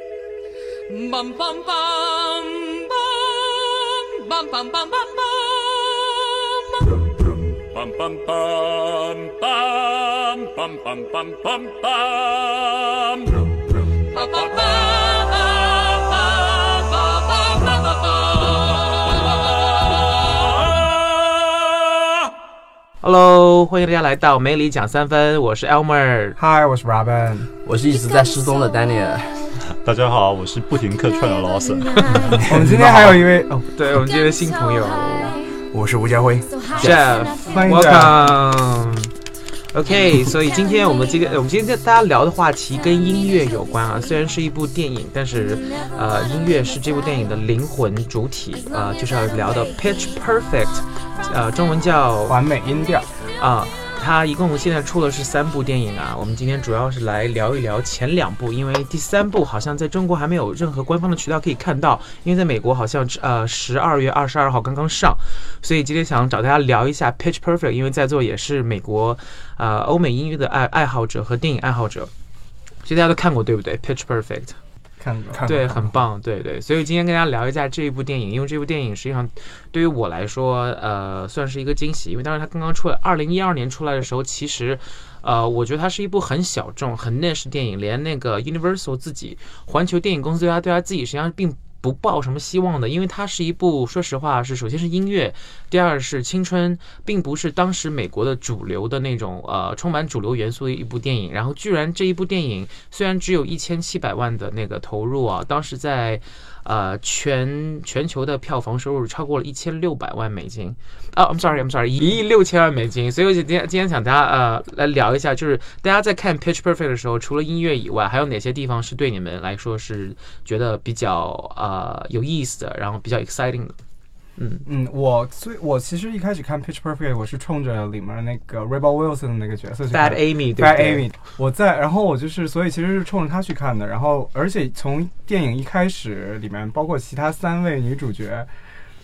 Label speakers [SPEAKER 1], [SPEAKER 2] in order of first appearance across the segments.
[SPEAKER 1] Bum bum bum bum bum bum bum bum bum.
[SPEAKER 2] Bum bum bum bum bum bum bum bum bum.
[SPEAKER 1] Ba, ba, ba, ba, ba, ba, ba, ba, ba, ba.
[SPEAKER 3] Hello，欢迎大家来到梅里讲三分，我是 Elmer。
[SPEAKER 4] 嗨，我是 Robin。
[SPEAKER 5] 我是一直在失踪的丹尼尔，
[SPEAKER 6] 大家好，我是不停客串的 Lawson。
[SPEAKER 4] 我们今天还有一 位哦，
[SPEAKER 3] 对我们这位新朋友啊
[SPEAKER 4] 我是吴家辉。欢迎
[SPEAKER 3] Jeff，Welcome。OK，所 以今天我们这个我们今天大家聊的话题跟音乐有关啊，虽然是一部电影，但是呃，音乐是这部电影的灵魂主体啊、呃就是要聊的 Pitch Perfect，呃，中文叫
[SPEAKER 4] 完美音调，
[SPEAKER 3] 啊，他一共现在出的是三部电影啊。我们今天主要是来聊一聊前两部，因为第三部好像在中国还没有任何官方的渠道可以看到，因为在美国好像呃十二月二十二号刚刚上，所以今天想找大家聊一下《Pitch Perfect》，因为在座也是美国呃欧美音乐的爱爱好者和电影爱好者，所以大家都看过对不对？《Pitch Perfect》。
[SPEAKER 4] 看过 看
[SPEAKER 3] 对，很棒，对对。所以今天跟大家聊一下这一部电影，因为这部电影实际上对于我来说，呃，算是一个惊喜，因为当时它刚刚出来，二零一二年出来的时候，其实。呃，我觉得它是一部很小众、很 niche 电影，连那个 Universal 自己环球电影公司对它对它自己实际上并不抱什么希望的，因为它是一部说实话是首先是音乐，第二是青春，并不是当时美国的主流的那种呃充满主流元素的一部电影。然后居然这一部电影虽然只有一千七百万的那个投入啊，当时在呃全全球的票房收入超过了一千六百万美金，啊、i m sorry，I'm sorry，一亿六千万美金。所以我就今天今天想大家呃来聊一下，就是大家在看《Pitch Perfect》的时候，除了音乐以外，还有哪些地方是对你们来说是觉得比较呃有意思的，然后比较 exciting 的？
[SPEAKER 4] 嗯，我最我其实一开始看《Pitch Perfect》，我是冲着里面那个 Rebel Wilson 的那个角色去
[SPEAKER 3] Bad
[SPEAKER 4] 看。
[SPEAKER 3] Amy，对不
[SPEAKER 4] Bad
[SPEAKER 3] 对
[SPEAKER 4] Amy，我在，然后我就是，所以其实是冲着她去看的。然后，而且从电影一开始里面，包括其他三位女主角，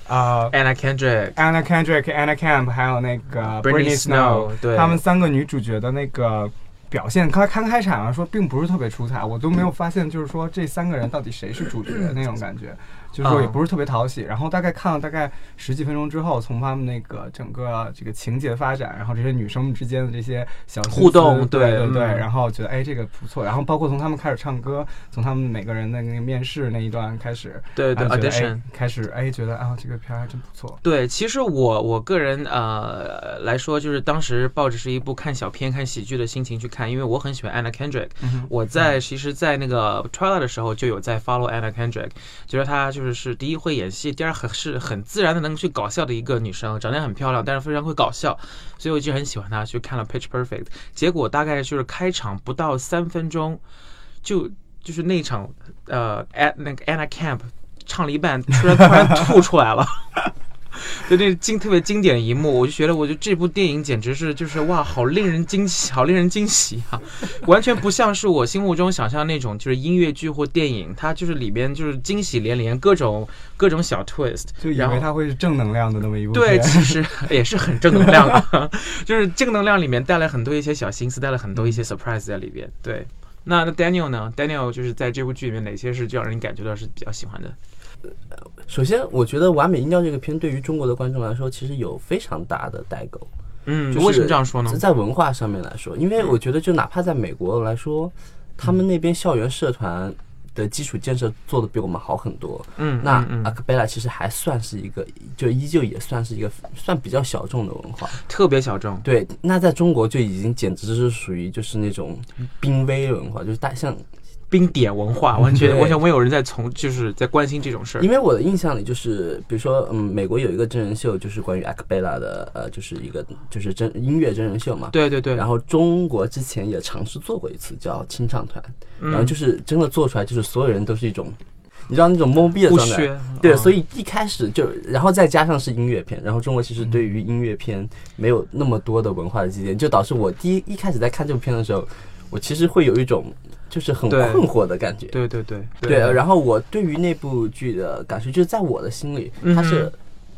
[SPEAKER 4] 啊、
[SPEAKER 3] Anna Kendrick，
[SPEAKER 4] Anna Kendrick、Anna Camp，还有那个
[SPEAKER 3] Britney
[SPEAKER 4] Britney Snow，
[SPEAKER 3] Snow，对
[SPEAKER 4] 她们三个女主角的那个表现，刚刚开场啊说并不是特别出彩，我都没有发现，就是说这三个人到底谁是主角那种感觉，就是说也不是特别讨喜。然后大概看了大概十几分钟之后，从他们那个整个这个情节发展，然后这些女生之间的这些小心思
[SPEAKER 3] 互动
[SPEAKER 4] 对
[SPEAKER 3] 对
[SPEAKER 4] 对对，
[SPEAKER 3] 嗯
[SPEAKER 4] 然后觉得哎这个不错，然后包括从他们开始唱歌，从他们每个人的那个面试那一段开始，
[SPEAKER 3] 对对
[SPEAKER 4] 然后觉得哎
[SPEAKER 3] audition。
[SPEAKER 4] 开始哎觉得啊这个片儿还真不错。
[SPEAKER 3] 对，其实我我个人呃来说，就是当时抱着是一部看小片、看喜剧的心情去看，因为我很喜欢 Anna Kendrick。我在其实，在那个 Twilight 的时候就有在 follow Anna Kendrick，觉得她就是是第一会演戏，第二很是很自然的能去搞笑的一个女生，长得很漂亮，但是非常会搞笑，所以我就很喜欢她，去看了 Pitch Perfect。结果大概就是开场不到三分钟，就就是那场呃 at 那个 Anna Camp 唱了一半，突然突然吐出来了。 就那经特别经典的一幕，我就觉得，我觉得这部电影简直是就是哇，好令人惊喜，好令人惊喜啊！完全不像是我心目中想象那种就是音乐剧或电影，它就是里边就是惊喜连连，各种各种小 twist，
[SPEAKER 4] 就以
[SPEAKER 3] 然后
[SPEAKER 4] 为它会是正能量的那么一部
[SPEAKER 3] 对，
[SPEAKER 4] 片。
[SPEAKER 3] 其实也是很正能量 的， 就是正能量里面带来很多一些小心思，带来很多一些 surprise 在里边。对，那那 Daniel 呢？Daniel 就是在这部剧里面哪些是就让人感觉到是比较喜欢的？
[SPEAKER 5] 首先，我觉得《完美音调》这个片对于中国的观众来说，其实有非常大的代沟。
[SPEAKER 3] 嗯，
[SPEAKER 5] 就是
[SPEAKER 3] 为什么这样说呢？嗯
[SPEAKER 5] 在文化上面来说，因为我觉得，就哪怕在美国来说，他们那边校园社团的基础建设做的比我们好很多。
[SPEAKER 3] 嗯，
[SPEAKER 5] 那啊
[SPEAKER 3] 嗯嗯
[SPEAKER 5] 阿克贝拉其实还算是一个，就依旧也算是一个算比较小众的文化。
[SPEAKER 3] 特别小众。
[SPEAKER 5] 对，那在中国就已经简直是属于就是那种濒危文化，就是大像
[SPEAKER 3] 冰点文化，完全，
[SPEAKER 5] 对
[SPEAKER 3] 我想没有人在从就是在关心这种事儿
[SPEAKER 5] 因。为我的印象里就是，比如说，嗯，美国有一个真人秀，就是关于 a c a b e l a 的，呃，就是一个就是真音乐真人秀嘛。。
[SPEAKER 3] 对对对，
[SPEAKER 5] 然后中国之前也尝试做过一次，叫清唱团，
[SPEAKER 3] 嗯
[SPEAKER 5] 然后就是真的做出来，就是所有人都是一种，你知道那种懵逼的
[SPEAKER 3] 不
[SPEAKER 5] 状态
[SPEAKER 3] 削。
[SPEAKER 5] 对，
[SPEAKER 3] 嗯
[SPEAKER 5] 所以一开始就，然后再加上是音乐片，然后中国其实对于音乐片没有那么多的文化的积淀，就导致我第一一开始在看这部片的时候，我其实会有一种就是很
[SPEAKER 3] 对
[SPEAKER 5] 困惑的感觉。
[SPEAKER 3] 对对对嗯
[SPEAKER 5] 对，然后我对于那部剧的感受，就是在我的心里，它是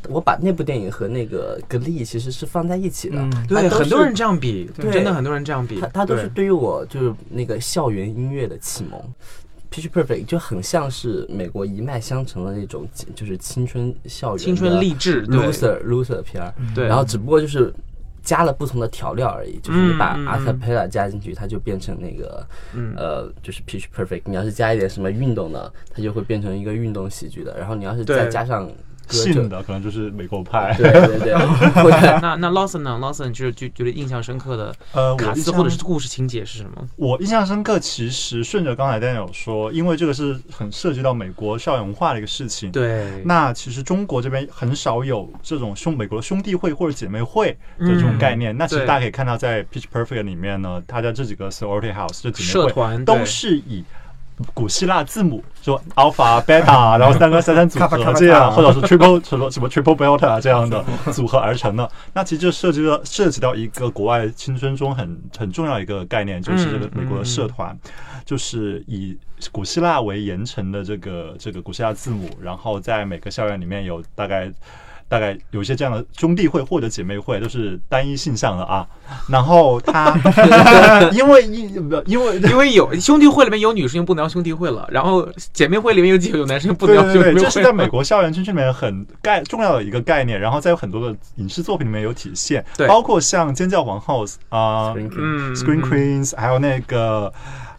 [SPEAKER 5] 我把那部电影和那个《格力》其实是放在一起的，
[SPEAKER 4] 嗯
[SPEAKER 5] 它
[SPEAKER 3] 对，
[SPEAKER 5] 都
[SPEAKER 3] 很多
[SPEAKER 5] 是
[SPEAKER 3] 人这样比，
[SPEAKER 5] 对
[SPEAKER 3] 真的很多人这样比
[SPEAKER 5] 它，它都是
[SPEAKER 3] 对
[SPEAKER 5] 对于我就是那个校园音乐的启蒙。Pitch Perfect 就很像是美国一脉相承的那种，就是青春校园的
[SPEAKER 3] 青春励志，对
[SPEAKER 5] loser loser 片儿，
[SPEAKER 3] 对，
[SPEAKER 5] 然后只不过就是加了不同的调料而已，就是
[SPEAKER 3] 嗯
[SPEAKER 5] 你把
[SPEAKER 3] 嗯
[SPEAKER 5] a c a p e l l a 加进去，它就变成那个
[SPEAKER 3] 嗯
[SPEAKER 5] 呃，就是 Pitch Perfect。你要是加一点什么运动的，它就会变成一个运动喜剧的。然后你要是
[SPEAKER 3] 对
[SPEAKER 5] 再加上歌就
[SPEAKER 6] 信的可能就是美国派。
[SPEAKER 5] 对 对对，或者
[SPEAKER 3] 那那 Lawson 呢？Lawson 就是就觉得印象深刻的
[SPEAKER 6] 呃，我
[SPEAKER 3] 卡
[SPEAKER 6] 印
[SPEAKER 3] 斯
[SPEAKER 6] 象
[SPEAKER 3] 或者是故事情节是什么？
[SPEAKER 6] 我印象深刻，其实顺着刚才 Daniel 说，因为这个是很涉及到美国校园文化的一个事情。
[SPEAKER 3] 对，
[SPEAKER 6] 那其实中国这边很少有这种兄美国的兄弟会或者姐妹会的这种概念。那其实
[SPEAKER 3] 嗯对
[SPEAKER 6] 大家可以看到，在 Pitch Perfect 里面呢，大家这几个 sorority house 这姐妹
[SPEAKER 3] 社
[SPEAKER 6] 会
[SPEAKER 3] 团
[SPEAKER 6] 都是以古希腊字母，说 alpha beta，然后三个三三组
[SPEAKER 4] kappa
[SPEAKER 6] 合
[SPEAKER 4] kappa
[SPEAKER 6] 这样，
[SPEAKER 4] kappa
[SPEAKER 6] 或者是 triple 什么什么 triple beta 这样的组合而成的。那其实就涉及到涉及到一个国外青春中很很重要一个概念，就是这个
[SPEAKER 3] 嗯
[SPEAKER 6] 美国的社团，就是以古希腊为延承的这个这个古希腊字母，然后在每个校园里面有大概。大概有一些这样的兄弟会或者姐妹会都是单一性向的啊，然后他 因为因因为
[SPEAKER 3] 因为有兄弟会里面有女生就不能聊兄弟会了，然后姐妹会里面有几个有男生就不能
[SPEAKER 6] 对
[SPEAKER 3] 聊
[SPEAKER 6] 对
[SPEAKER 3] 兄弟
[SPEAKER 6] 对，
[SPEAKER 3] 会了。
[SPEAKER 6] 这是在美国校园青春里面很概重要的一个概念，然后在有很多的影视作品里面有体现，
[SPEAKER 3] 对
[SPEAKER 6] 包括像《尖叫皇后》啊、
[SPEAKER 3] 嗯
[SPEAKER 6] Screen
[SPEAKER 3] 嗯
[SPEAKER 6] Queens，还有那个。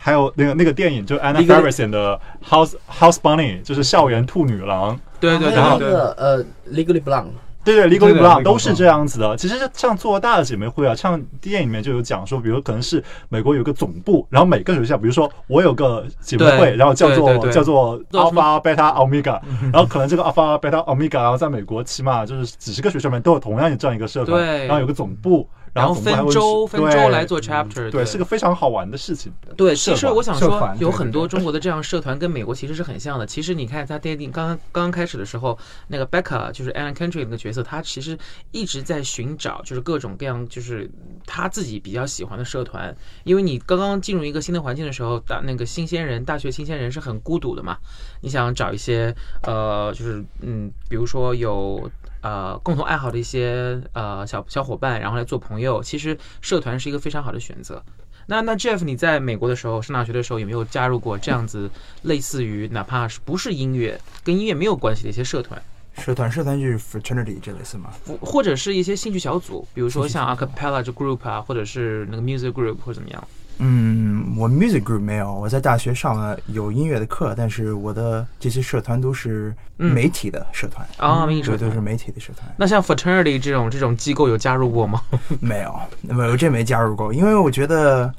[SPEAKER 6] 还有那个那个电影，就 Anna
[SPEAKER 5] 一个
[SPEAKER 6] Faris 演的 House House Bunny，就是校园兔女郎。
[SPEAKER 3] 对对
[SPEAKER 5] 还
[SPEAKER 3] 对
[SPEAKER 5] 有那
[SPEAKER 3] 对，
[SPEAKER 5] 个呃 Legally Blonde，
[SPEAKER 6] 对对，Legally
[SPEAKER 4] 对对
[SPEAKER 6] Blonde
[SPEAKER 4] Legally
[SPEAKER 6] 都是这样子的。其实像做大的姐妹会啊，像电影里面就有讲说，比如可能是美国有个总部，然后每个学校，比如说我有个姐妹会，
[SPEAKER 3] 对
[SPEAKER 6] 然后叫
[SPEAKER 3] 对
[SPEAKER 6] 做
[SPEAKER 3] 对对
[SPEAKER 6] 叫做
[SPEAKER 3] 叫什么
[SPEAKER 6] Alpha Beta Omega，然后可能这个 Alpha Beta Omega，然后在美国起码就是几十个学校里面都有同样这样一个社团，
[SPEAKER 3] 对
[SPEAKER 6] 然后有个总部，
[SPEAKER 3] 然后
[SPEAKER 6] 总部还
[SPEAKER 3] 分
[SPEAKER 6] 会
[SPEAKER 3] 州分
[SPEAKER 6] 对嗯
[SPEAKER 3] 州来做 chapter，
[SPEAKER 6] 对，是个非常好玩的事情。
[SPEAKER 3] 对，
[SPEAKER 6] 社
[SPEAKER 3] 其实
[SPEAKER 6] 团
[SPEAKER 3] 我想
[SPEAKER 4] 社
[SPEAKER 3] 说
[SPEAKER 4] 团，
[SPEAKER 3] 有
[SPEAKER 4] 对
[SPEAKER 3] 很
[SPEAKER 4] 对
[SPEAKER 3] 多
[SPEAKER 4] 对
[SPEAKER 3] 中国的这样社团跟美国其实是很像的。其实你看，他电影刚刚刚刚开始的时候，那个 Becca 就是 Alan Country 那个角色，他其实一直在寻找，就是各种各样，就是他自己比较喜欢的社团。因为你刚刚进入一个新的环境的时候，大那个新鲜人，大学新鲜人是很孤独的嘛。你想找一些呃，就是嗯，比如说有呃共同爱好的一些呃小小伙伴，然后来做朋友，其实社团是一个非常好的选择。那那 Jeff，你在美国的时候上大学的时候，有没有加入过这样子类似于哪怕是不是音乐跟音乐没有关系的一些社团，
[SPEAKER 7] 社团社团就是 fraternity 这类似吗？
[SPEAKER 3] 或或者是一些兴趣小组，比如说像 a cappella 这 group 啊，或者是那个 music group 或者怎么样？
[SPEAKER 7] 嗯，我 music group 没有，我在大学上了有音乐的课，但是我的这些社团都是
[SPEAKER 3] 嗯
[SPEAKER 7] 媒体的社团嗯
[SPEAKER 3] 啊媒体社
[SPEAKER 7] 对，
[SPEAKER 3] 团
[SPEAKER 7] 都是媒体的社团。
[SPEAKER 3] 那像 fraternity 这种这种机构有加入过吗？
[SPEAKER 7] 没有，没有，我真没加入过，因为我觉得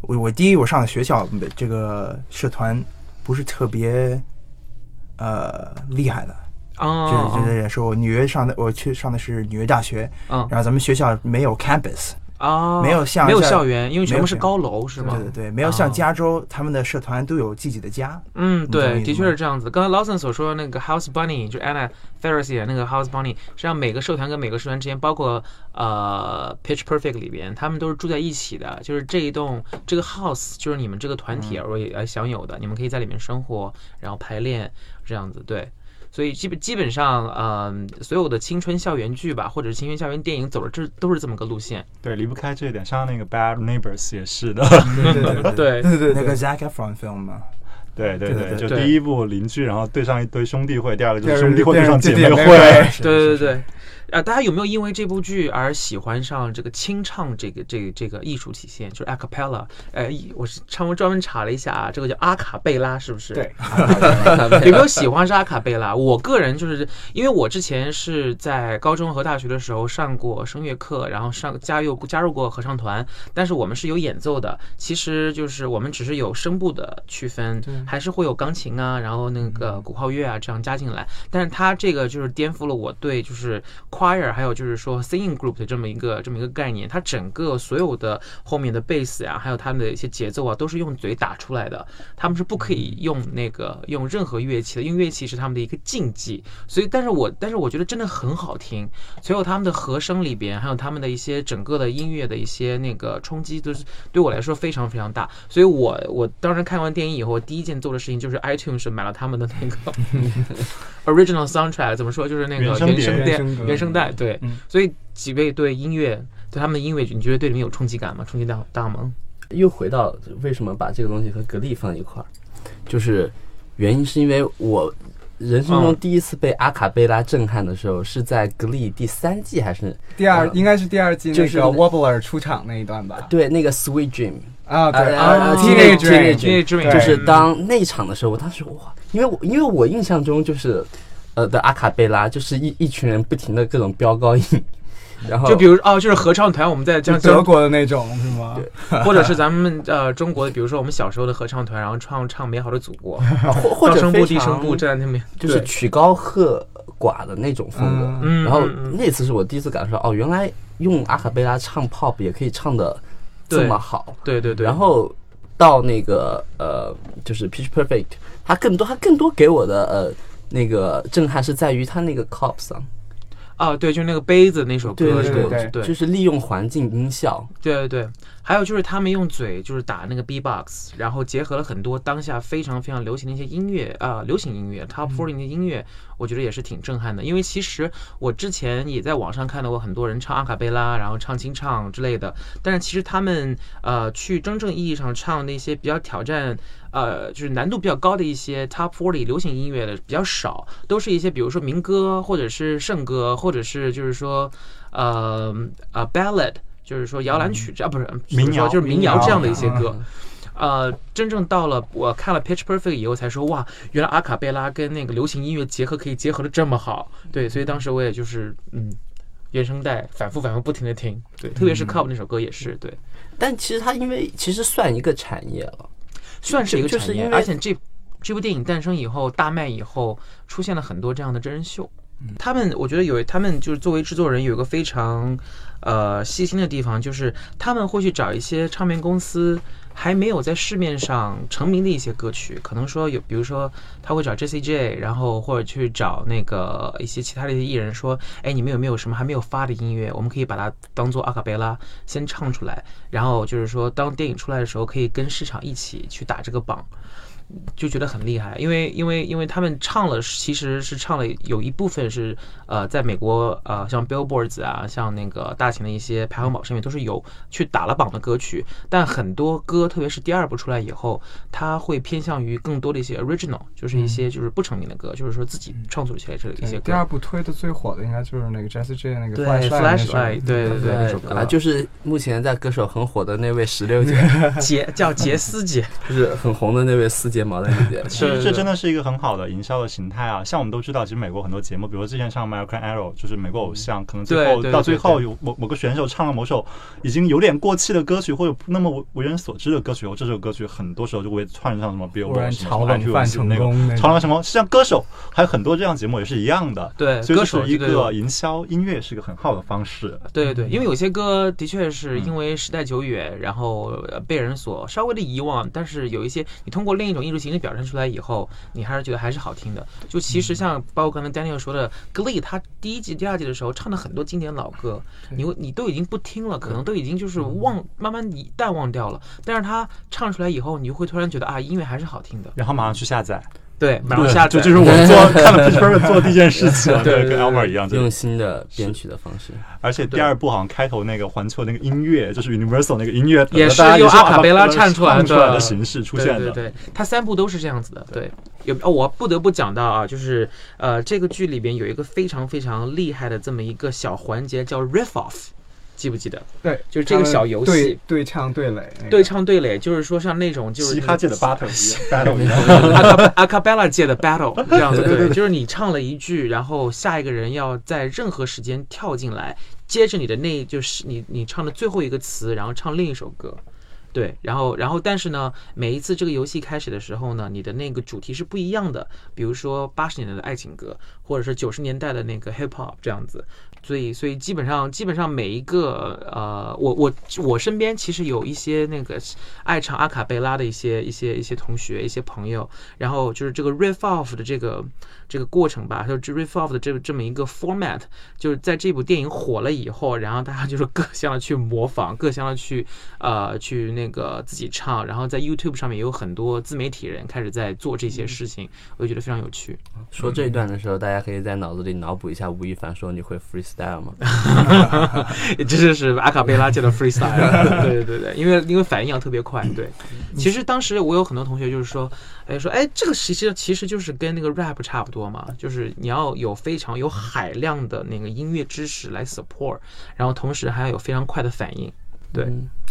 [SPEAKER 7] 我我第一我上的学校这个社团不是特别呃厉害的，
[SPEAKER 3] 啊，
[SPEAKER 7] 就是就是说我纽约上的我去上的是纽约大学，
[SPEAKER 3] 嗯
[SPEAKER 7] 然后咱们学校没有 campus，
[SPEAKER 3] 啊，
[SPEAKER 7] 没有像
[SPEAKER 3] 没有
[SPEAKER 7] 像
[SPEAKER 3] 校园，因为全
[SPEAKER 7] 没
[SPEAKER 3] 部
[SPEAKER 7] 有
[SPEAKER 3] 是
[SPEAKER 7] 像
[SPEAKER 3] 高楼是
[SPEAKER 7] 对
[SPEAKER 3] 吗？
[SPEAKER 7] 对对，没有像
[SPEAKER 3] 啊
[SPEAKER 7] 加州他们的社团都有自己的家，
[SPEAKER 3] 嗯，
[SPEAKER 7] 你懂我
[SPEAKER 3] 对，
[SPEAKER 7] 意思
[SPEAKER 3] 的确
[SPEAKER 7] 吗
[SPEAKER 3] 是这样子。刚才 Lawson 所说的那个 House Bunny，就是 Anna Ferris 演那个 House Bunny，实际上每个社团跟每个社团之间，包括呃 Pitch Perfect 里边，他们都是住在一起的，就是这一栋这个 house 就是你们这个团
[SPEAKER 7] 嗯
[SPEAKER 3] 体而为而呃享有的，你们可以在里面生活，然后排练这样子，对。所以基本基本上，嗯、所有的青春校园剧吧，或者是青春校园电影，走的这都是这么个路线。
[SPEAKER 6] 对，离不开这一点。像那个 Bad Neighbors 也是的，
[SPEAKER 7] 对对对
[SPEAKER 3] 对
[SPEAKER 4] 对对
[SPEAKER 7] 那
[SPEAKER 4] 对
[SPEAKER 7] 个 Zac Efron film 嘛，
[SPEAKER 6] 对对
[SPEAKER 7] 对对
[SPEAKER 6] 就
[SPEAKER 3] 对
[SPEAKER 6] 第一部邻居，然后对上一堆兄弟会，第二个就是
[SPEAKER 4] 第二个
[SPEAKER 6] 兄弟会对
[SPEAKER 4] 对
[SPEAKER 6] 上姐
[SPEAKER 4] 对
[SPEAKER 6] 妹
[SPEAKER 4] 姐妹
[SPEAKER 6] 会
[SPEAKER 4] 会。
[SPEAKER 3] 对对对，啊，大家有没有因为这部剧而喜欢上这个清唱这个这个这个艺术体现，就是 a cappella？呃，一我是上网专门查了一下啊，这个叫阿卡贝拉，是不是？
[SPEAKER 4] 对，
[SPEAKER 3] 有没有喜欢是阿卡贝拉？我个人就是因为我之前是在高中和大学的时候上过声乐课，然后上加入加入过合唱团，但是我们是有演奏的，其实就是我们只是有声部的区分，还是会有钢琴啊，然后那个鼓号乐啊这样加进来。但是它这个就是颠覆了我对就是 choir 还有就是说 singing group 的这么一个这么一个概念，它整个所有的后面的 bass 呀、还有他们的一些节奏啊，都是用嘴打出来的，他们是不可以用那个用任何乐器的，因为乐器是他们的一个禁忌。所以，但是我但是我觉得真的很好听，所有他们的和声里边，还有他们的一些整个的音乐的一些那个冲击，都是对我来说非常非常大。所以我我当时看完电影以后，第一件件做的事情就是 iTunes 买了他们的那个 original soundtrack，怎么说就是那个
[SPEAKER 6] 原声
[SPEAKER 3] 原
[SPEAKER 6] 碟
[SPEAKER 3] 声碟
[SPEAKER 4] 原声、歌
[SPEAKER 3] 原声带。对，
[SPEAKER 4] 嗯
[SPEAKER 3] 所以几位对音乐，对他们的音乐，你觉得对你们有冲击感吗？冲击大大吗？
[SPEAKER 5] 又回到为什么把这个东西和格力放一块儿，就是原因是因为我人生中
[SPEAKER 3] 嗯
[SPEAKER 5] 第一次被阿卡贝拉震撼的时候是在格力第三季还是
[SPEAKER 4] 第二
[SPEAKER 5] 嗯
[SPEAKER 4] 应该是第二季
[SPEAKER 5] 就
[SPEAKER 4] 那
[SPEAKER 5] 是
[SPEAKER 4] 个 Wobbler 出场那一段吧？
[SPEAKER 5] 对那个 Sweet Dream
[SPEAKER 4] 啊，对
[SPEAKER 5] 啊啊
[SPEAKER 4] Teenage Dream
[SPEAKER 5] Teenage
[SPEAKER 3] 这
[SPEAKER 5] Dream
[SPEAKER 3] 知名
[SPEAKER 4] 对
[SPEAKER 5] 就是当那场的时候，我当时哇，因为我因为我印象中就是呃的阿卡贝拉就是一一群人不停的各种飙 高音，然后
[SPEAKER 3] 就比如哦，就是合唱团，我们在这
[SPEAKER 4] 就
[SPEAKER 3] 样
[SPEAKER 4] 德国的那种是吗？
[SPEAKER 3] 或者是咱们呃中国的，比如说我们小时候的合唱团，然后唱唱《美好的祖国》，
[SPEAKER 5] 啊或 或
[SPEAKER 3] 高
[SPEAKER 5] 者
[SPEAKER 3] 声
[SPEAKER 5] 非
[SPEAKER 3] 部、低声
[SPEAKER 5] 常
[SPEAKER 3] 部站在那边，
[SPEAKER 5] 就是曲高和寡的那种风格。
[SPEAKER 4] 嗯
[SPEAKER 3] 嗯，
[SPEAKER 5] 然后
[SPEAKER 3] 嗯嗯
[SPEAKER 5] 那次是我第一次感受到，哦，原来用阿卡贝拉唱 pop 也可以唱的这么好。
[SPEAKER 3] 对对对，
[SPEAKER 5] 然后到那个呃，就是 Pitch Perfect，它更多，它更多给我的呃那个震撼是在于它那个 cop song，
[SPEAKER 3] 啊，对，就那个杯子那首
[SPEAKER 5] 对
[SPEAKER 3] 歌
[SPEAKER 5] 对
[SPEAKER 3] 是吗，
[SPEAKER 4] 对
[SPEAKER 3] 对
[SPEAKER 5] 就是利用环境音效，
[SPEAKER 3] 对对对，还有就是他们用嘴就是打那个 B-box，然后结合了很多当下非常非常流行的一些音乐啊、流行音乐
[SPEAKER 5] 嗯
[SPEAKER 3] Top 40的音乐，我觉得也是挺震撼的。因为其实我之前也在网上看到过很多人唱阿卡贝拉，然后唱清唱之类的，但是其实他们呃去真正意义上唱那些比较挑战。呃，就是难度比较高的一些 Top 40流行音乐的比较少，都是一些比如说民歌，或者是圣歌，或者是就是说，呃呃 ballad，就是说摇篮曲这啊不是
[SPEAKER 6] 民
[SPEAKER 3] 就是说
[SPEAKER 6] 谣
[SPEAKER 3] 就是民谣
[SPEAKER 4] 民谣
[SPEAKER 3] 这样的一些歌
[SPEAKER 5] 嗯。
[SPEAKER 3] 呃，真正到了我看了《Pitch Perfect》以后，才说哇，原来阿卡贝拉跟那个流行音乐结合可以结合的这么好。对，所以当时我也就是嗯，原声带反复反复不停的听，对，特别是《Cup》那首歌也是，对，
[SPEAKER 5] 但其实它因为其实算一个产业了，
[SPEAKER 3] 算是一个
[SPEAKER 5] 就
[SPEAKER 3] 产
[SPEAKER 5] 是因
[SPEAKER 3] 业。
[SPEAKER 5] 为
[SPEAKER 3] 而且这这部电影诞生以后，大卖以后，出现了很多这样的真人秀。他们，我觉得有他们就是作为制作人有一个非常呃细心的地方，就是他们会去找一些唱片公司还没有在市面上成名的一些歌曲，可能说有，比如说他会找 JCJ，然后或者去找那个一些其他的一些艺人说，哎，你们有没有什么还没有发的音乐，我们可以把它当做阿卡贝拉先唱出来，然后就是说当电影出来的时候，可以跟市场一起去打这个榜。就觉得很厉害，因为因为因为他们唱了，其实是唱了有一部分是呃，在美国呃，像 Billboards 啊，像那个大型的一些排行榜上面都是有去打了榜的歌曲，但很多歌，特别是第二部出来以后，它会偏向于更多的一些 original，就是一些就是不成名的歌，就是说自己创作起来这一些
[SPEAKER 4] 对
[SPEAKER 3] 歌。
[SPEAKER 4] 第二部推的最火的应该就是那个 Jesse J 那个
[SPEAKER 3] 对
[SPEAKER 4] Flashlight，
[SPEAKER 3] Flashlight，对对对那首歌
[SPEAKER 5] 啊，就是目前在歌手很火的那位石 榴姐，
[SPEAKER 3] 杰 叫杰斯姐，
[SPEAKER 5] 就是很红的那位四睫毛的姐姐，
[SPEAKER 6] 其实
[SPEAKER 3] 对
[SPEAKER 6] 这
[SPEAKER 3] 对
[SPEAKER 6] 真的是一个很好的营销的形态啊！像我们都知道，其实美国很多节目，比如说之前上《American Idol》，就是美
[SPEAKER 4] 嗯
[SPEAKER 6] 国偶像，可能最
[SPEAKER 3] 对
[SPEAKER 6] 后
[SPEAKER 3] 对
[SPEAKER 6] 到
[SPEAKER 3] 对
[SPEAKER 6] 最
[SPEAKER 3] 对
[SPEAKER 6] 后有某某个选手唱了某首已经有点过气的歌曲，或者不那么为为人所知的歌曲，哦这首歌曲很多时候就会窜上什么 Billboard
[SPEAKER 4] 然
[SPEAKER 6] 什
[SPEAKER 4] 炒
[SPEAKER 6] 么
[SPEAKER 4] 冷饭
[SPEAKER 6] iTunes
[SPEAKER 4] 成
[SPEAKER 6] 那个
[SPEAKER 4] 功那
[SPEAKER 6] 炒冷什么，像歌手还有很多这样节目也是一样的。
[SPEAKER 3] 对
[SPEAKER 6] 所以
[SPEAKER 3] 歌
[SPEAKER 6] 这
[SPEAKER 3] 手
[SPEAKER 6] 是一
[SPEAKER 3] 这个
[SPEAKER 6] 个嗯营销音乐是一个很好的方式。
[SPEAKER 3] 对对对，因为有些歌的确
[SPEAKER 6] 嗯
[SPEAKER 3] 是因为时代久远，然后呃被人所稍微的遗忘，但是有一些你通过另一种艺术形式表现出来以后，你还是觉得还是好听的。就其
[SPEAKER 6] 嗯
[SPEAKER 3] 实像包括刚才 Daniel 说的，《Glee》他第一季、第二季的时候唱的很多经典老歌，你会你都已经不听了，可能都已经就是
[SPEAKER 6] 嗯
[SPEAKER 3] 忘，慢慢你淡忘掉了。但是他唱出来以后，你会突然觉得啊，音乐还是好听的。
[SPEAKER 6] 然后马上去下载，
[SPEAKER 3] 对，马上
[SPEAKER 6] 对
[SPEAKER 3] 下载
[SPEAKER 6] 就就是我 做看了 Pitch Perfect 做的第一件事情，
[SPEAKER 3] 对对
[SPEAKER 6] 跟 Elmer 一样，就是
[SPEAKER 5] 用新的编曲的方式。
[SPEAKER 6] 而且第二部好像开头那个环球那个音乐，就是 Universal 那个音乐，
[SPEAKER 3] 也是
[SPEAKER 6] 大家
[SPEAKER 3] 用
[SPEAKER 6] 也
[SPEAKER 3] 阿卡贝拉唱出
[SPEAKER 6] 出
[SPEAKER 3] 来的
[SPEAKER 6] 的形式出现
[SPEAKER 3] 对
[SPEAKER 6] 的。
[SPEAKER 3] 对对，它三部都是这样子的。对，有哦，我不得不讲到啊，就是呃，这个剧里边有一个非常非常厉害的这么一个小环节叫 riff off，记不记得？
[SPEAKER 4] 对，
[SPEAKER 3] 就是这个小游戏
[SPEAKER 4] 他们对对唱对垒，那个
[SPEAKER 3] 对唱对垒，就是说像那种就是
[SPEAKER 6] 嘻哈界的 battle 一样 battle 一样，
[SPEAKER 3] 阿 卡阿卡贝拉界的 battle 这样子，对，就是你唱了一句，然后下一个人要在任何时间跳进来，接着你的那就是你你唱的最后一个词，然后唱另一首歌。对，然后，然后，但是呢，每一次这个游戏开始的时候呢，你的那个主题是不一样的。比如说八十年代的爱情歌，或者是九十年代的那个 hip hop 这样子。所以所以基本上基本上每一个呃，我我我身边其实有一些那个爱唱阿卡贝拉的一些一些一些同学、一些朋友，然后就是这个 riff off 的这个这个过程吧，就 riff off 的这这么一个 format，就是在这部电影火了以后，然后大家就是各项的去模仿，各项的去呃去那个自己唱，然后在 YouTube 上面也有很多自媒体人开始在做这些事情，我就觉得非常有趣。
[SPEAKER 5] 说这一段的时候，大家可以在脑子里脑补一下吴亦凡说你会 freestyle 吗？
[SPEAKER 3] 这 就是阿卡贝拉界的 freestyle，对对对对，因为因为反应要特别快，对。其实当时我有很多同学就是说，哎说哎这个其实其实就是跟那个 rap 差不多嘛，就是你要有非常有海量的那个音乐知识来 support，然后同时还要有非常快的反应，对，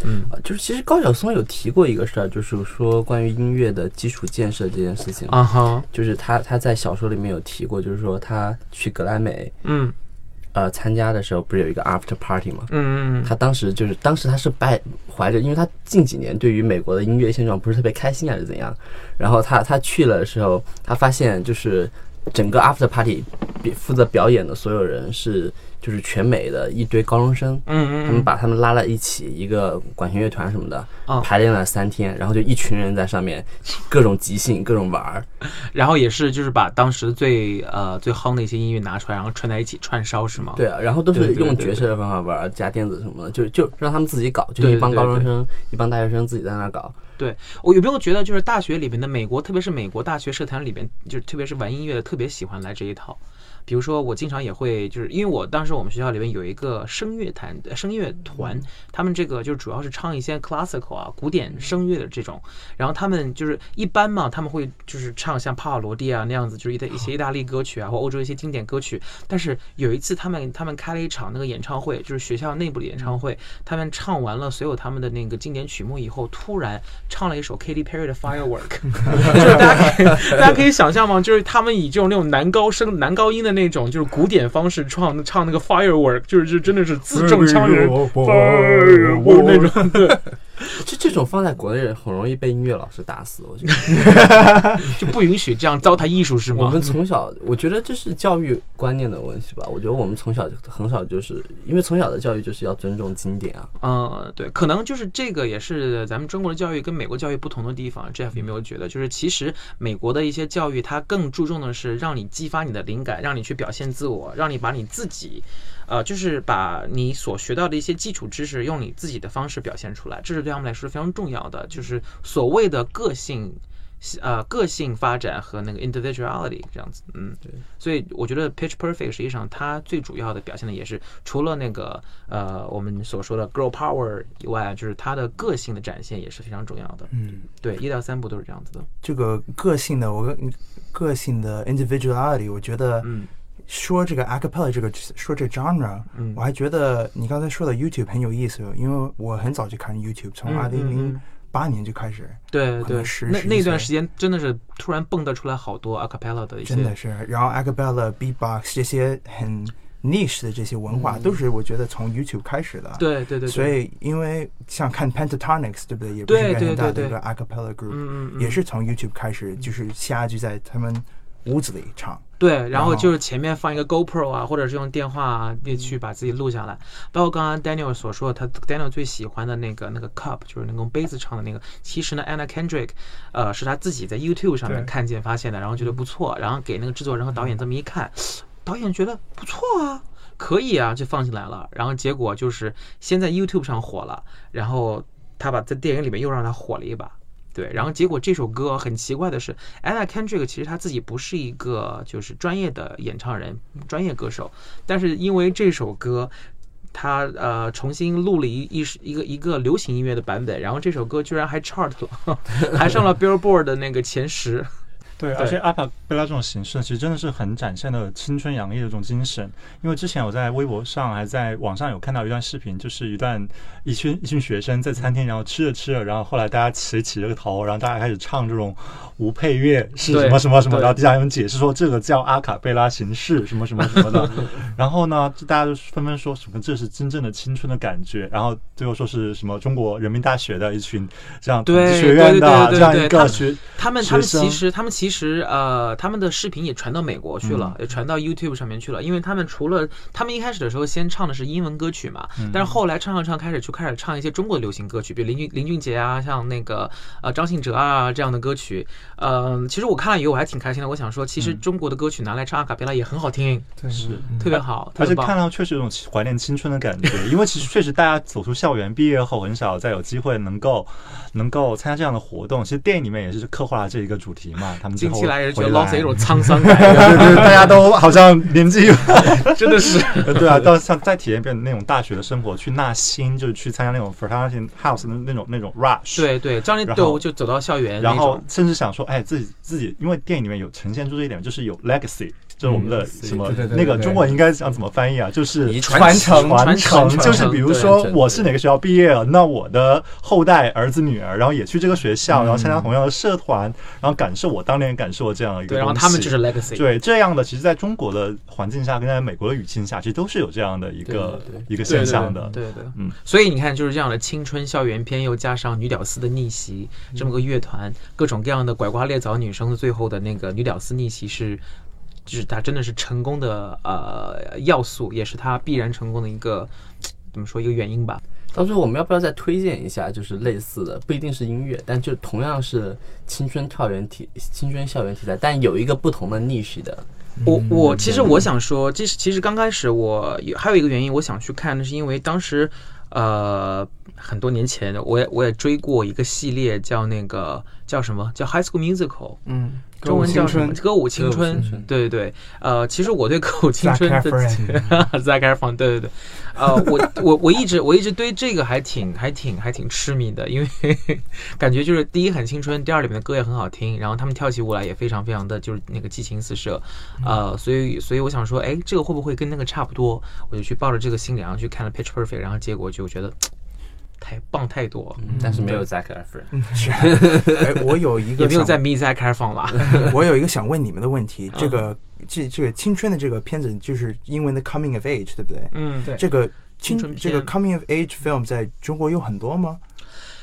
[SPEAKER 3] 嗯
[SPEAKER 5] 啊就是其实高晓松有提过一个事儿，就是说关于音乐的基础建设这件事情，
[SPEAKER 3] 啊哈，
[SPEAKER 5] 就是他他在小说里面有提过，就是说他去格莱美
[SPEAKER 3] 嗯
[SPEAKER 5] 呃参加的时候，不是有一个 after party 吗？
[SPEAKER 3] 嗯嗯
[SPEAKER 5] 他当时就是，当时他是怀怀着，因为他近几年对于美国的音乐现状不是特别开心还是怎样，然后他他去了的时候，他发现就是整个 after party 比负责表演的所有人是就是全美的一堆高中生，他
[SPEAKER 3] 嗯
[SPEAKER 5] 们
[SPEAKER 3] 嗯
[SPEAKER 5] 把他们拉了一起，一个管弦乐团什么的
[SPEAKER 3] 嗯，
[SPEAKER 5] 排练了三天，然后就一群人在上面各种即兴各种玩儿，
[SPEAKER 3] 嗯，然后也是就是把当时最呃最夯的一些音乐拿出来，然后串在一起串烧是吗？
[SPEAKER 5] 对啊，然后都
[SPEAKER 3] 对
[SPEAKER 5] 是
[SPEAKER 3] 对
[SPEAKER 5] 用
[SPEAKER 3] 对
[SPEAKER 5] 角
[SPEAKER 3] 对
[SPEAKER 5] 色的方法玩儿加电子什么的，就就让他们自己搞，就
[SPEAKER 3] 对
[SPEAKER 5] 一帮
[SPEAKER 3] 对
[SPEAKER 5] 高中
[SPEAKER 3] 对
[SPEAKER 5] 生一帮大学生自己在那儿搞。
[SPEAKER 3] 我有没有觉得，就是大学里面的美国，特别是美国大学社团里边，就是特别是玩音乐的，特别喜欢来这一套。比如说，我经常也会，就是因为我当时我们学校里面有一个声乐团，呃声乐团，他们这个就主要是唱一些 classical 啊、古典声乐的这种。然后他们就是一般嘛，他们会就是唱像帕瓦罗蒂啊那样子，就是一一些意大利歌曲啊，或欧洲一些经典歌曲。但是有一次，他们他们开了一场那个演唱会，就是学校内部的演唱会，他们唱完了所有他们的那个经典曲目以后，突然唱了一首 Katy Perry 的 Firework，就是大家可以大家可以想象吗？就是他们以这种那种男高声、男高音的那种，就是古典方式唱唱那个 Firework，就是就真的是字正腔圆 Firework 那种，对，
[SPEAKER 5] 这这种放在国内很容易被音乐老师打死，我觉得。
[SPEAKER 3] 就不允许这样糟蹋艺术是
[SPEAKER 5] 我
[SPEAKER 3] 吗
[SPEAKER 5] 们？从小，我觉得这是教育观念的问题吧。我觉得我们从小就很少就是因为从小的教育就是要尊重经典啊。
[SPEAKER 3] 嗯，对，可能就是这个也是咱们中国的教育跟美国教育不同的地方。Jeff 有没有觉得，就是其实美国的一些教育，它更注重的是让你激发你的灵感，让你去表现自我，让你把你自己，呃，就是把你所学到的一些基础知识，用你自己的方式表现出来，这是对他们来说非常重要的，就是所谓的个性。呃，个性发展和那个 individuality 这样子，嗯，对，所以我觉得 Pitch Perfect 实际上它最主要的表现的也是除了那个呃我们所说的 girl power 以外，就是它的个性的展现也是非常重要的。
[SPEAKER 7] 嗯，
[SPEAKER 3] 对，一到三部都是这样子的。
[SPEAKER 7] 这个个性的我跟个性的 individuality，我觉得
[SPEAKER 3] 嗯
[SPEAKER 7] 说这个 acapella 这个说这 genre，
[SPEAKER 3] 嗯
[SPEAKER 7] 我还觉得你刚才说的 YouTube 很有意思，因为我很早就看 YouTube，从
[SPEAKER 3] 嗯
[SPEAKER 7] 二零
[SPEAKER 3] 嗯
[SPEAKER 7] 零
[SPEAKER 3] 嗯
[SPEAKER 7] 八年就开始，
[SPEAKER 3] 对
[SPEAKER 7] 可
[SPEAKER 3] 对
[SPEAKER 7] 能十，
[SPEAKER 3] 那
[SPEAKER 7] 十一
[SPEAKER 3] 那段
[SPEAKER 7] 岁
[SPEAKER 3] 时间真的是突然蹦跶出来好多 a cappella 的一些，
[SPEAKER 7] 真的是，然后 acapella、beatbox 这些很 niche 的这些文化，都是我觉得从 YouTube 开始的。
[SPEAKER 3] 嗯对对对对，
[SPEAKER 7] 所以，因为像看 Pentatonics，对不对？也不是
[SPEAKER 3] 对
[SPEAKER 7] 一个
[SPEAKER 3] 对
[SPEAKER 7] 很大
[SPEAKER 3] 对
[SPEAKER 7] 的一
[SPEAKER 3] 对
[SPEAKER 7] 个 acapella group，
[SPEAKER 3] 嗯嗯嗯
[SPEAKER 7] 也是从 YouTube 开始，就是下就在他们屋子里唱。
[SPEAKER 3] 对，然
[SPEAKER 7] 然
[SPEAKER 3] 后
[SPEAKER 7] 后
[SPEAKER 3] 就是前面放一个 GoPro 啊，或者是用电话啊
[SPEAKER 7] 嗯
[SPEAKER 3] 去把自己录下来。包括刚刚 Daniel 所说，他 Daniel 最喜欢的那个那个 Cup，就是那个杯子唱的那个。其实呢，Anna Kendrick，呃，是他自己在 YouTube 上面
[SPEAKER 4] 对
[SPEAKER 3] 看见发现的，然后觉得不
[SPEAKER 7] 嗯
[SPEAKER 3] 错，然后给那个制作人和导演这么一看，导演觉得不错啊。可以啊，就放进来了。然后结果就是先在 YouTube 上火了，然后他把在电影里面又让他火了一把。对，然后结果这首歌很奇怪的是，Anna Kendrick 其实她自己不是一个就是专业的演唱人、专业歌手，但是因为这首歌，她呃重新录了一一是一个一个流行音乐的版本，然后这首歌居然还 chart 了，还上了 Billboard 的那个前十。
[SPEAKER 6] 对，而且阿帕贝拉这种形式，其实真的是很展现了青春洋溢的这种精神。因为之前我在微博上还在网上有看到一段视频，就是一段一群一群学生在餐厅，然后吃着吃着，然后后来大家起起了个头，然后大家开始唱这种无配乐是
[SPEAKER 3] 对
[SPEAKER 6] 什么什么什么，
[SPEAKER 3] 对
[SPEAKER 6] 然后底下有人解释说这个叫阿卡贝拉形式什么什么什么 的。然后呢，就大家就纷纷说什么这是真正的青春的感觉，然后最后说是什么中国人民大学的一群这样统
[SPEAKER 3] 对
[SPEAKER 6] 计学
[SPEAKER 3] 对对
[SPEAKER 6] 院的
[SPEAKER 3] 对对
[SPEAKER 6] 这样
[SPEAKER 3] 对
[SPEAKER 6] 一
[SPEAKER 3] 他
[SPEAKER 6] 个学
[SPEAKER 3] 他们他们其
[SPEAKER 6] 学生
[SPEAKER 3] 实他们其其实呃，他们的视频也传到美国去了，
[SPEAKER 6] 嗯
[SPEAKER 3] 也传到 YouTube 上面去了。因为他们除了他们一开始的时候先唱的是英文歌曲嘛，
[SPEAKER 6] 嗯
[SPEAKER 3] 但是后来唱唱唱开始就开始唱一些中国流行歌曲，比如林俊林俊杰啊，像那个呃张信哲啊这样的歌曲。嗯、其实我看了以后我还挺开心的，我想说，其
[SPEAKER 6] 嗯
[SPEAKER 3] 实中国的歌曲拿来唱阿卡贝拉也很好听，
[SPEAKER 4] 对，
[SPEAKER 6] 是
[SPEAKER 3] 特别好，特
[SPEAKER 6] 嗯而且
[SPEAKER 3] 别棒。
[SPEAKER 6] 看到确实有种怀念青春的感觉， 因为其实确实大家走出校园，毕业后很少再有机会能够能够参加这样的活动。其实电影里面也是刻画了这一个主题嘛，他们最
[SPEAKER 3] 近
[SPEAKER 6] 后
[SPEAKER 3] 期来人觉得
[SPEAKER 6] 回来
[SPEAKER 3] Lost 有一 种沧桑感，
[SPEAKER 6] 对对，对大家都好像 年纪，
[SPEAKER 3] 真的是
[SPEAKER 6] 对啊，到像再体验一遍那种大学的生活，去纳新，就是去参加那种 fraternity house 的那种那种 rush，
[SPEAKER 3] 对对，张力
[SPEAKER 6] 然后
[SPEAKER 3] 豆就走到校园那
[SPEAKER 6] 然
[SPEAKER 3] 种，
[SPEAKER 6] 后甚至想说，哎，自己自己，因为电影里面有呈现出这一点，就是有 legacy，就是我们
[SPEAKER 3] 嗯
[SPEAKER 6] 的什么
[SPEAKER 4] 对对对
[SPEAKER 6] 那个
[SPEAKER 4] 对
[SPEAKER 6] 中文应该想怎么翻译啊？就是
[SPEAKER 5] 遗
[SPEAKER 4] 传承
[SPEAKER 6] 传
[SPEAKER 3] 传承
[SPEAKER 6] 就是比如说
[SPEAKER 5] 传承
[SPEAKER 6] 我是哪个学校毕业，那我的后代儿子女儿，然后也去这个学校，
[SPEAKER 3] 嗯
[SPEAKER 6] 然后参加同样的社团，然后感受我当年感受的这样的一个
[SPEAKER 3] 对，然后
[SPEAKER 6] 东
[SPEAKER 3] 他们
[SPEAKER 6] 西
[SPEAKER 3] 就是 legacy。
[SPEAKER 6] 对这样的，其实在中国的环境下跟在美国的语境下，其实都是有这样的一个
[SPEAKER 5] 对对
[SPEAKER 6] 一个
[SPEAKER 3] 对
[SPEAKER 6] 现象的。
[SPEAKER 3] 对对对，
[SPEAKER 6] 嗯
[SPEAKER 3] 所以你看，就是这样的青春校园片，又加上女屌丝的逆袭，这么个乐团，各种各样的拐瓜裂枣女生的最后的那个女屌丝逆袭是，就是它真的是成功的呃要素，也是它必然成功的一个怎么说一个原因吧。
[SPEAKER 5] 到时候我们要不要再推荐一下，就是类似的，不一定是音乐，但就同样是青春校园题、青春校园题材，但有一个不同的 niche 的，
[SPEAKER 3] 我我其实我想说，其实其实刚开始我有还有一个原因，我想去看，是因为当时呃很多年前，我也我也追过一个系列，叫那个叫什么叫《High School Musical》，
[SPEAKER 4] 嗯，
[SPEAKER 3] 中文叫什么？歌舞青
[SPEAKER 5] 歌舞
[SPEAKER 3] 春
[SPEAKER 5] 青春。
[SPEAKER 3] 对对对，呃，其实我对歌舞青春
[SPEAKER 4] Zac
[SPEAKER 3] 的
[SPEAKER 4] Efron
[SPEAKER 3] Zac Efron，对对对，呃，我我我一直我一直对这个还挺还挺还挺痴迷的，因为 感觉就是第一很青春，第二里面的歌也很好听，然后他们跳起舞来也非常非常的就是那个激情四射，呃，所以所以我想说，哎，这个会不会跟那个差不多？我就去抱着这个心理，然后去看了 Pitch Perfect，然后结果就觉得太棒太多了，
[SPEAKER 5] 但是没有 Zac Efron。
[SPEAKER 7] 是，哎，我有一个
[SPEAKER 3] 也没有
[SPEAKER 7] 想
[SPEAKER 3] 在迷 Zac Efron 了。
[SPEAKER 7] 我有一个想问你们的问题，这个
[SPEAKER 3] 嗯
[SPEAKER 7] 这这个青春的这个片子就是英文的 coming of age，对不对？
[SPEAKER 3] 嗯，
[SPEAKER 4] 对
[SPEAKER 7] 这个
[SPEAKER 3] 青春
[SPEAKER 7] 青这个
[SPEAKER 3] 片
[SPEAKER 7] coming of age film 在中国有很多吗？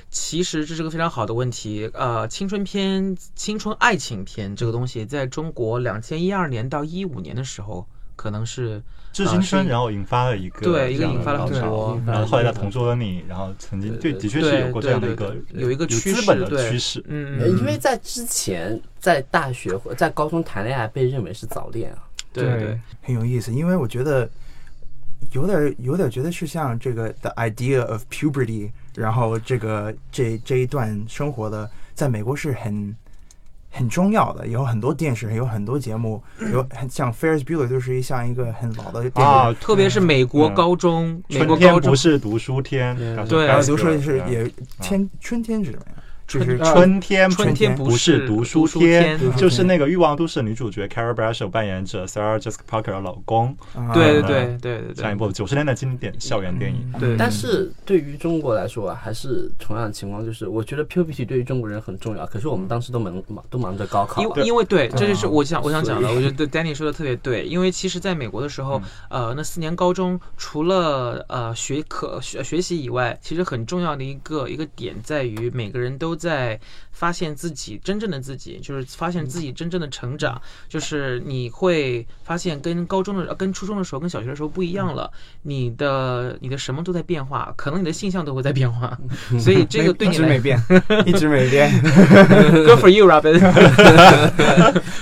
[SPEAKER 3] 其实这是个非常好的问题。呃，青春片、青春爱情片这个东西，在中国两千一二年到一五年的时候，可能是
[SPEAKER 6] 致青春，
[SPEAKER 3] 呃是
[SPEAKER 6] 然后引发了一个
[SPEAKER 3] 对一
[SPEAKER 6] 这
[SPEAKER 3] 个
[SPEAKER 6] 样的
[SPEAKER 3] 引发了
[SPEAKER 6] 浪
[SPEAKER 3] 很
[SPEAKER 6] 潮
[SPEAKER 3] 多。
[SPEAKER 6] 然后后来在同桌的你，然后曾经对
[SPEAKER 5] 对
[SPEAKER 6] 的确是有
[SPEAKER 3] 对
[SPEAKER 6] 过
[SPEAKER 3] 对
[SPEAKER 6] 这样的一
[SPEAKER 3] 对
[SPEAKER 6] 个
[SPEAKER 3] 对，有一个趋
[SPEAKER 6] 资
[SPEAKER 3] 势，
[SPEAKER 6] 本的
[SPEAKER 3] 对
[SPEAKER 6] 趋势
[SPEAKER 3] 嗯，
[SPEAKER 5] 呃
[SPEAKER 3] 嗯
[SPEAKER 5] 因为在之前，在大学或在高中谈恋爱被认为是早恋啊，
[SPEAKER 3] 对
[SPEAKER 4] 对
[SPEAKER 3] 对
[SPEAKER 7] 很有意思，因为我觉得有点有点觉得是像这个 the idea of puberty，然后这个这这一段生活的，在美国是很很重要的，有很多电视，有很多节目，有很像 Ferris Bueller 就是一像一个很老的电视
[SPEAKER 6] 啊，
[SPEAKER 3] 特别是美国
[SPEAKER 6] 嗯
[SPEAKER 3] 高中，美国
[SPEAKER 6] 春
[SPEAKER 3] 高
[SPEAKER 6] 天不
[SPEAKER 3] 中
[SPEAKER 6] 是读书天，
[SPEAKER 5] 嗯
[SPEAKER 3] 对
[SPEAKER 6] 然
[SPEAKER 7] 然后
[SPEAKER 6] 后刘
[SPEAKER 7] 刘硕
[SPEAKER 6] 硕
[SPEAKER 7] 是
[SPEAKER 6] 是
[SPEAKER 7] 也天春天是什么呀？就是
[SPEAKER 4] 春
[SPEAKER 6] 春天
[SPEAKER 3] 呃春天
[SPEAKER 7] 天
[SPEAKER 6] 不
[SPEAKER 3] 是
[SPEAKER 6] 是
[SPEAKER 3] 读
[SPEAKER 6] 读书
[SPEAKER 3] 天
[SPEAKER 6] 天，，
[SPEAKER 7] 天
[SPEAKER 6] 就是那个《欲望都市》女主角 Carol Bradshaw 扮演者 Sarah Jessica Parker 的老公，
[SPEAKER 7] 啊
[SPEAKER 3] 对对
[SPEAKER 6] 嗯
[SPEAKER 3] 对对对
[SPEAKER 6] 上
[SPEAKER 3] 对
[SPEAKER 6] 一部九十年代经典校园电影。
[SPEAKER 3] 对，
[SPEAKER 5] 但是对于中国来说啊，还是同样的情况，就是我觉得 puberty 对于中国人很重要，可是我们当时都忙忙都忙着高考
[SPEAKER 3] 因，为因为对，这就是我想我想讲的，我觉得 Danny 说的特别对，因为其实在美国的时候，呃，那四年高中除了呃学科学学习以外，其实很重要的一个一个点在于每个人都在发现自己真正的自己，就是发现自己真正的成长，就是你会发现跟高中的、呃跟初中的时候、跟小学的时候不一样了，你的你的什么都在变化，可能你的性向都会在变化，所以这个对
[SPEAKER 4] 一
[SPEAKER 3] 你
[SPEAKER 4] 直
[SPEAKER 3] 来
[SPEAKER 4] 没变，一直没变。
[SPEAKER 3] Good for you, Robin 。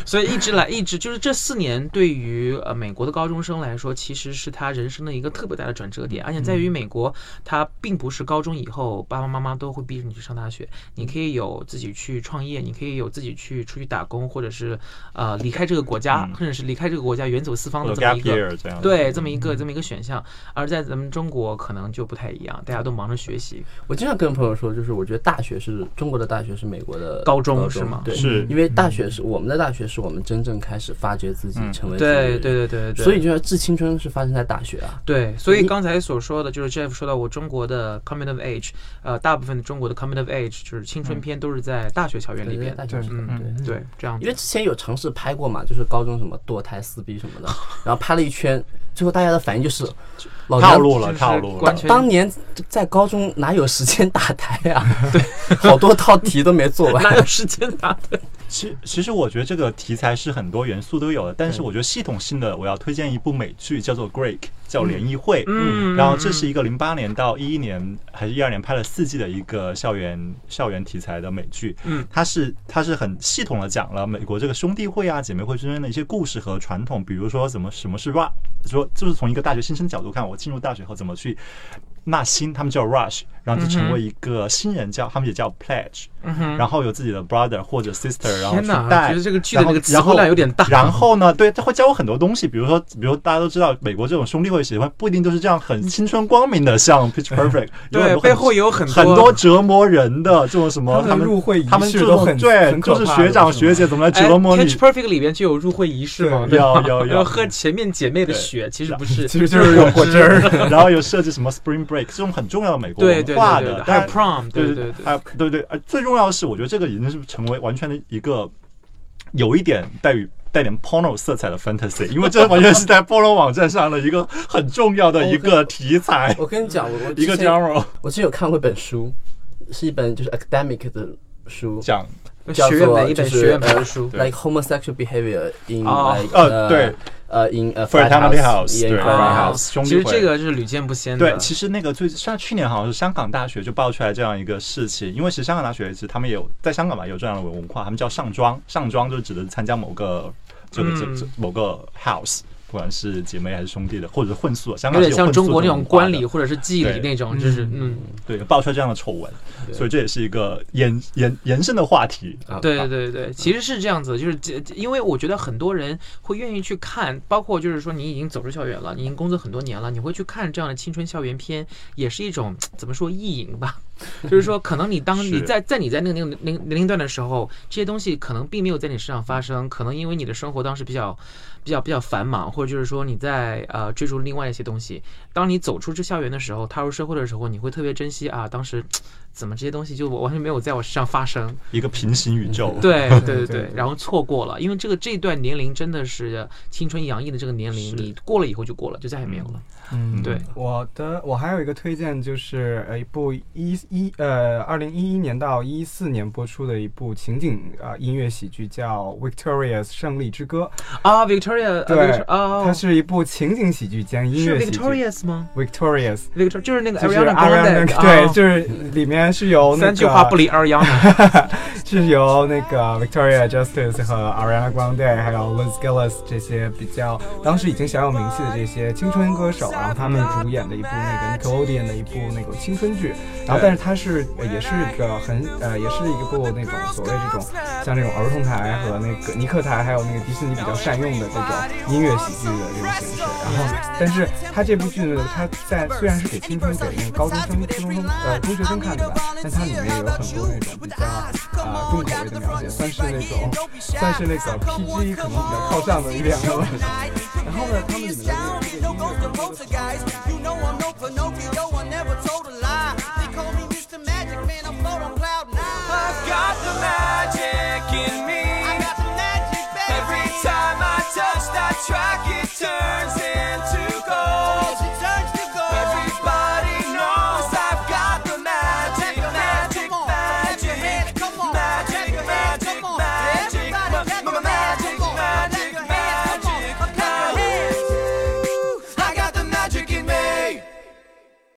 [SPEAKER 3] 所以一直来，一直就是这四年，对于呃美国的高中生来说，其实是他人生的一个特别大的转折点，而且在于美国，他并不是高中以后爸爸妈妈都会逼着你去上大学，你可以有自己去创业，你可以有自己去出去打工，或者是呃离开这个国家，
[SPEAKER 6] 嗯
[SPEAKER 3] 或者是离开这个国家远走四方
[SPEAKER 6] 有
[SPEAKER 3] 嗯的这么
[SPEAKER 6] gap
[SPEAKER 3] 一个
[SPEAKER 6] year 这样的
[SPEAKER 3] 对这么一个这么一个选项。而在咱们中国可能就不太一样，大家都忙着学习，
[SPEAKER 5] 我经常跟朋友说，就是我觉得大学是中国的大学是美国的
[SPEAKER 3] 高中是嗯吗
[SPEAKER 5] 对，
[SPEAKER 6] 是
[SPEAKER 5] 因为大学是我们的大学，是我们真正开始发掘自己，成
[SPEAKER 3] 嗯对
[SPEAKER 5] 为自己的
[SPEAKER 3] 对
[SPEAKER 5] 人
[SPEAKER 3] 对对对对，
[SPEAKER 5] 所以就要致青春是发生在大学啊，
[SPEAKER 3] 对，所以
[SPEAKER 5] 你
[SPEAKER 3] 刚才所说的就是 Jeff 说到我中国的 coming of age，呃，大部分中国的 coming of age 就是青春片都是在大学校园里
[SPEAKER 5] 对
[SPEAKER 3] 边，
[SPEAKER 5] 大学是
[SPEAKER 3] 嗯
[SPEAKER 5] 对。
[SPEAKER 3] 对，这样
[SPEAKER 5] 因为
[SPEAKER 3] 子。
[SPEAKER 5] 之前有尝试拍过嘛，就是高中什么堕胎、撕逼什么的，然后拍了一圈，最后大家的反应就是，老
[SPEAKER 6] 套
[SPEAKER 5] 娘
[SPEAKER 6] 路了，
[SPEAKER 3] 就是
[SPEAKER 6] 套路
[SPEAKER 3] 关
[SPEAKER 5] 当。
[SPEAKER 6] 了
[SPEAKER 3] 全
[SPEAKER 5] 当年在高中 哪有时间打胎啊？对，好多道题都没做完。
[SPEAKER 3] 哪有时间打的？
[SPEAKER 6] 其其实我觉得这个题材是很多元素都有的，但是我觉得系统性的，我要推荐一部美剧叫做《Greek》，叫《联谊会》。
[SPEAKER 3] 嗯嗯
[SPEAKER 6] 然后这是一个零八年到一一年还是一二年拍了四季的一个校园校园题材的美剧。
[SPEAKER 3] 嗯
[SPEAKER 6] 它是它是很系统的讲了美国这个兄弟会啊、姐妹会之间的一些故事和传统，比如说怎么什么是 rap，说就是从一个大学新生角度看，我进入大学后怎么去纳新，他们叫 rush，然后就成为一个新人叫，他们也叫 pledge。
[SPEAKER 3] 嗯哼，
[SPEAKER 6] 然后有自己的 brother 或者 sister，然后
[SPEAKER 3] 天
[SPEAKER 6] 去
[SPEAKER 3] 哪
[SPEAKER 6] 带。
[SPEAKER 3] 觉得这个剧的
[SPEAKER 6] 然后
[SPEAKER 3] 那个词
[SPEAKER 6] 然后
[SPEAKER 3] 汇量有点大
[SPEAKER 6] 然后呢，对，他会教我很多东西，比如说，比如大家都知道，美国这种兄弟会协会不一定都是这样很青春光明的，像 Pitch Perfect，有很
[SPEAKER 3] 对，
[SPEAKER 6] 多
[SPEAKER 3] 背后有很
[SPEAKER 6] 很很多折磨人的这种什么，他
[SPEAKER 4] 他们
[SPEAKER 6] 们
[SPEAKER 4] 入会仪
[SPEAKER 6] 他们
[SPEAKER 4] 式
[SPEAKER 6] 这
[SPEAKER 4] 都
[SPEAKER 6] 种
[SPEAKER 4] 很
[SPEAKER 6] 对，
[SPEAKER 4] 很可
[SPEAKER 6] 就是
[SPEAKER 4] 怕
[SPEAKER 6] 学
[SPEAKER 4] 的
[SPEAKER 6] 长
[SPEAKER 4] 是
[SPEAKER 6] 学
[SPEAKER 4] 吗
[SPEAKER 6] 姐怎么来
[SPEAKER 3] 哎
[SPEAKER 6] 折磨你
[SPEAKER 3] ，Catch。Perfect 里面就有入会仪式嘛，
[SPEAKER 6] 对
[SPEAKER 3] 对吧
[SPEAKER 6] 有有有
[SPEAKER 3] 要 喝前面姐妹的血，其实不是，
[SPEAKER 4] 其实就是有果汁儿。
[SPEAKER 6] 然后有设计什么 Spring Break 这种很重要的美国
[SPEAKER 3] 对对对
[SPEAKER 6] 文 化
[SPEAKER 3] 对
[SPEAKER 6] 的
[SPEAKER 3] 对，，还有
[SPEAKER 6] 但
[SPEAKER 3] prom，对
[SPEAKER 6] 对
[SPEAKER 3] 对对，
[SPEAKER 6] 啊，对对，呃，最重要的是，我觉得这个已经是成为完全的一个有一点带于带点 porno 色彩的 fantasy，因为这完全是在 porno 网站上的一个很重要的一个题材，
[SPEAKER 5] 我跟你讲，我我
[SPEAKER 6] 一个
[SPEAKER 5] 之前
[SPEAKER 6] genre
[SPEAKER 5] 我之前有看过一本书，是一本就是 academic 的书，
[SPEAKER 6] 讲，
[SPEAKER 5] 叫
[SPEAKER 3] 学院
[SPEAKER 5] 做
[SPEAKER 3] 的一
[SPEAKER 5] 就
[SPEAKER 3] 本
[SPEAKER 5] 是呃
[SPEAKER 3] 学院本的书，
[SPEAKER 6] 对
[SPEAKER 5] like homosexual behavior in
[SPEAKER 3] 哦
[SPEAKER 5] like
[SPEAKER 6] 呃对
[SPEAKER 5] 呃 in a
[SPEAKER 6] 弗尔
[SPEAKER 5] frat
[SPEAKER 6] 塔纳利
[SPEAKER 5] house yeah,
[SPEAKER 6] house，
[SPEAKER 5] in a
[SPEAKER 6] 对对
[SPEAKER 5] frat
[SPEAKER 3] 啊
[SPEAKER 5] house，
[SPEAKER 6] house，兄
[SPEAKER 3] 其
[SPEAKER 6] 弟
[SPEAKER 3] 实
[SPEAKER 6] 会
[SPEAKER 3] 这个是屡见不鲜的，
[SPEAKER 6] 对，其实那个最像去年好像是香港大学就爆出来这样一个事情，因为其实香港大学其实他们也有在香港吧有这样的文化，他们叫上庄，上庄就指的是参加某个这个这
[SPEAKER 3] 嗯
[SPEAKER 6] 这某个 house。不管是姐妹还是兄弟的，或者是混宿，香
[SPEAKER 3] 有
[SPEAKER 6] 港
[SPEAKER 3] 点
[SPEAKER 6] 是有
[SPEAKER 3] 像
[SPEAKER 6] 混宿
[SPEAKER 3] 中国
[SPEAKER 6] 这
[SPEAKER 3] 那
[SPEAKER 6] 种
[SPEAKER 3] 种
[SPEAKER 6] 文化
[SPEAKER 3] 观
[SPEAKER 6] 的
[SPEAKER 3] 礼或者是祭礼
[SPEAKER 6] 对
[SPEAKER 3] 那种，就是嗯，
[SPEAKER 6] 对，爆出来这样的丑闻，所以这也是一个延延延伸的话题。
[SPEAKER 5] 啊
[SPEAKER 3] 对
[SPEAKER 5] 啊
[SPEAKER 3] 对对对，其实是这样子，就是这这因为我觉得很多人会愿意去看，包括就是说你已经走出校园了，你已经工作很多年了，你会去看这样的青春校园片，也是一种怎么说意淫吧？ 就是说，可能你当你
[SPEAKER 6] 是
[SPEAKER 3] 在在你在那个年龄年年龄段的时候，这些东西可能并没有在你身上发生，可能因为你的生活当时比较比较比较繁忙，或者就是说你在呃追逐另外一些东西。当你走出这校园的时候，踏入社会的时候，你会特别珍惜啊，当时怎么这些东西就完全没有在我身上发生。
[SPEAKER 6] 一个平行宇宙，
[SPEAKER 3] 对对对
[SPEAKER 4] 对
[SPEAKER 3] 对
[SPEAKER 4] 对，
[SPEAKER 3] 然后错过了，因为这个这段年龄真的是青春洋溢的这个年龄，
[SPEAKER 6] 是
[SPEAKER 3] 你过了以后就过了，就再也没有了。
[SPEAKER 6] 嗯
[SPEAKER 3] 对，
[SPEAKER 4] 我的我还有一个推荐，就是呃一部一一呃二零一一年到一四年播出的一部情景啊、呃音乐喜剧，叫《Victoria's 胜利之歌
[SPEAKER 3] 啊，Victoria，》。
[SPEAKER 4] 对，
[SPEAKER 3] 啊，
[SPEAKER 4] 它是一部情景喜剧兼音
[SPEAKER 3] 是
[SPEAKER 4] 乐喜剧。
[SPEAKER 3] Victorious 吗
[SPEAKER 4] Victorious，
[SPEAKER 3] ？Victor 就是那个
[SPEAKER 4] 就是
[SPEAKER 3] Ariana
[SPEAKER 4] Ariana-
[SPEAKER 3] Grande，
[SPEAKER 4] 对，
[SPEAKER 3] 啊
[SPEAKER 4] 就是里面是由那
[SPEAKER 3] 三
[SPEAKER 4] 个
[SPEAKER 3] 句话不离 Ariana。
[SPEAKER 4] 是由那个 Victoria Justice 和 Ariana Grande 还有 Liz Gillis 这些比较当时已经小有名气的这些青春歌手，然后他们主演的一部那个 Nickelodeon 的一部那种青春剧，然后但是它是呃也是一个很呃也是一部那种所谓这种像这种儿童台和那个尼克台还有那个迪士尼比较善用的这种音乐喜剧的这种形式，然后但是它这部剧呢，它在虽然是给青春给那个高中生、初中生呃中学生看的吧，但它里面也有很多那种比较呃重口味的描写，算是那种 算是那个呃哦 PG 可能比较靠上的一两个。然后呢，他们里面的这个音乐跟这个
[SPEAKER 8] You know I'm no Pinocchio, I never told a lie. They call me Mr. Magic, man, I'm float on cloud nine. I've got the magic in me. I got the magic, baby. Every time I touch that track, it turns into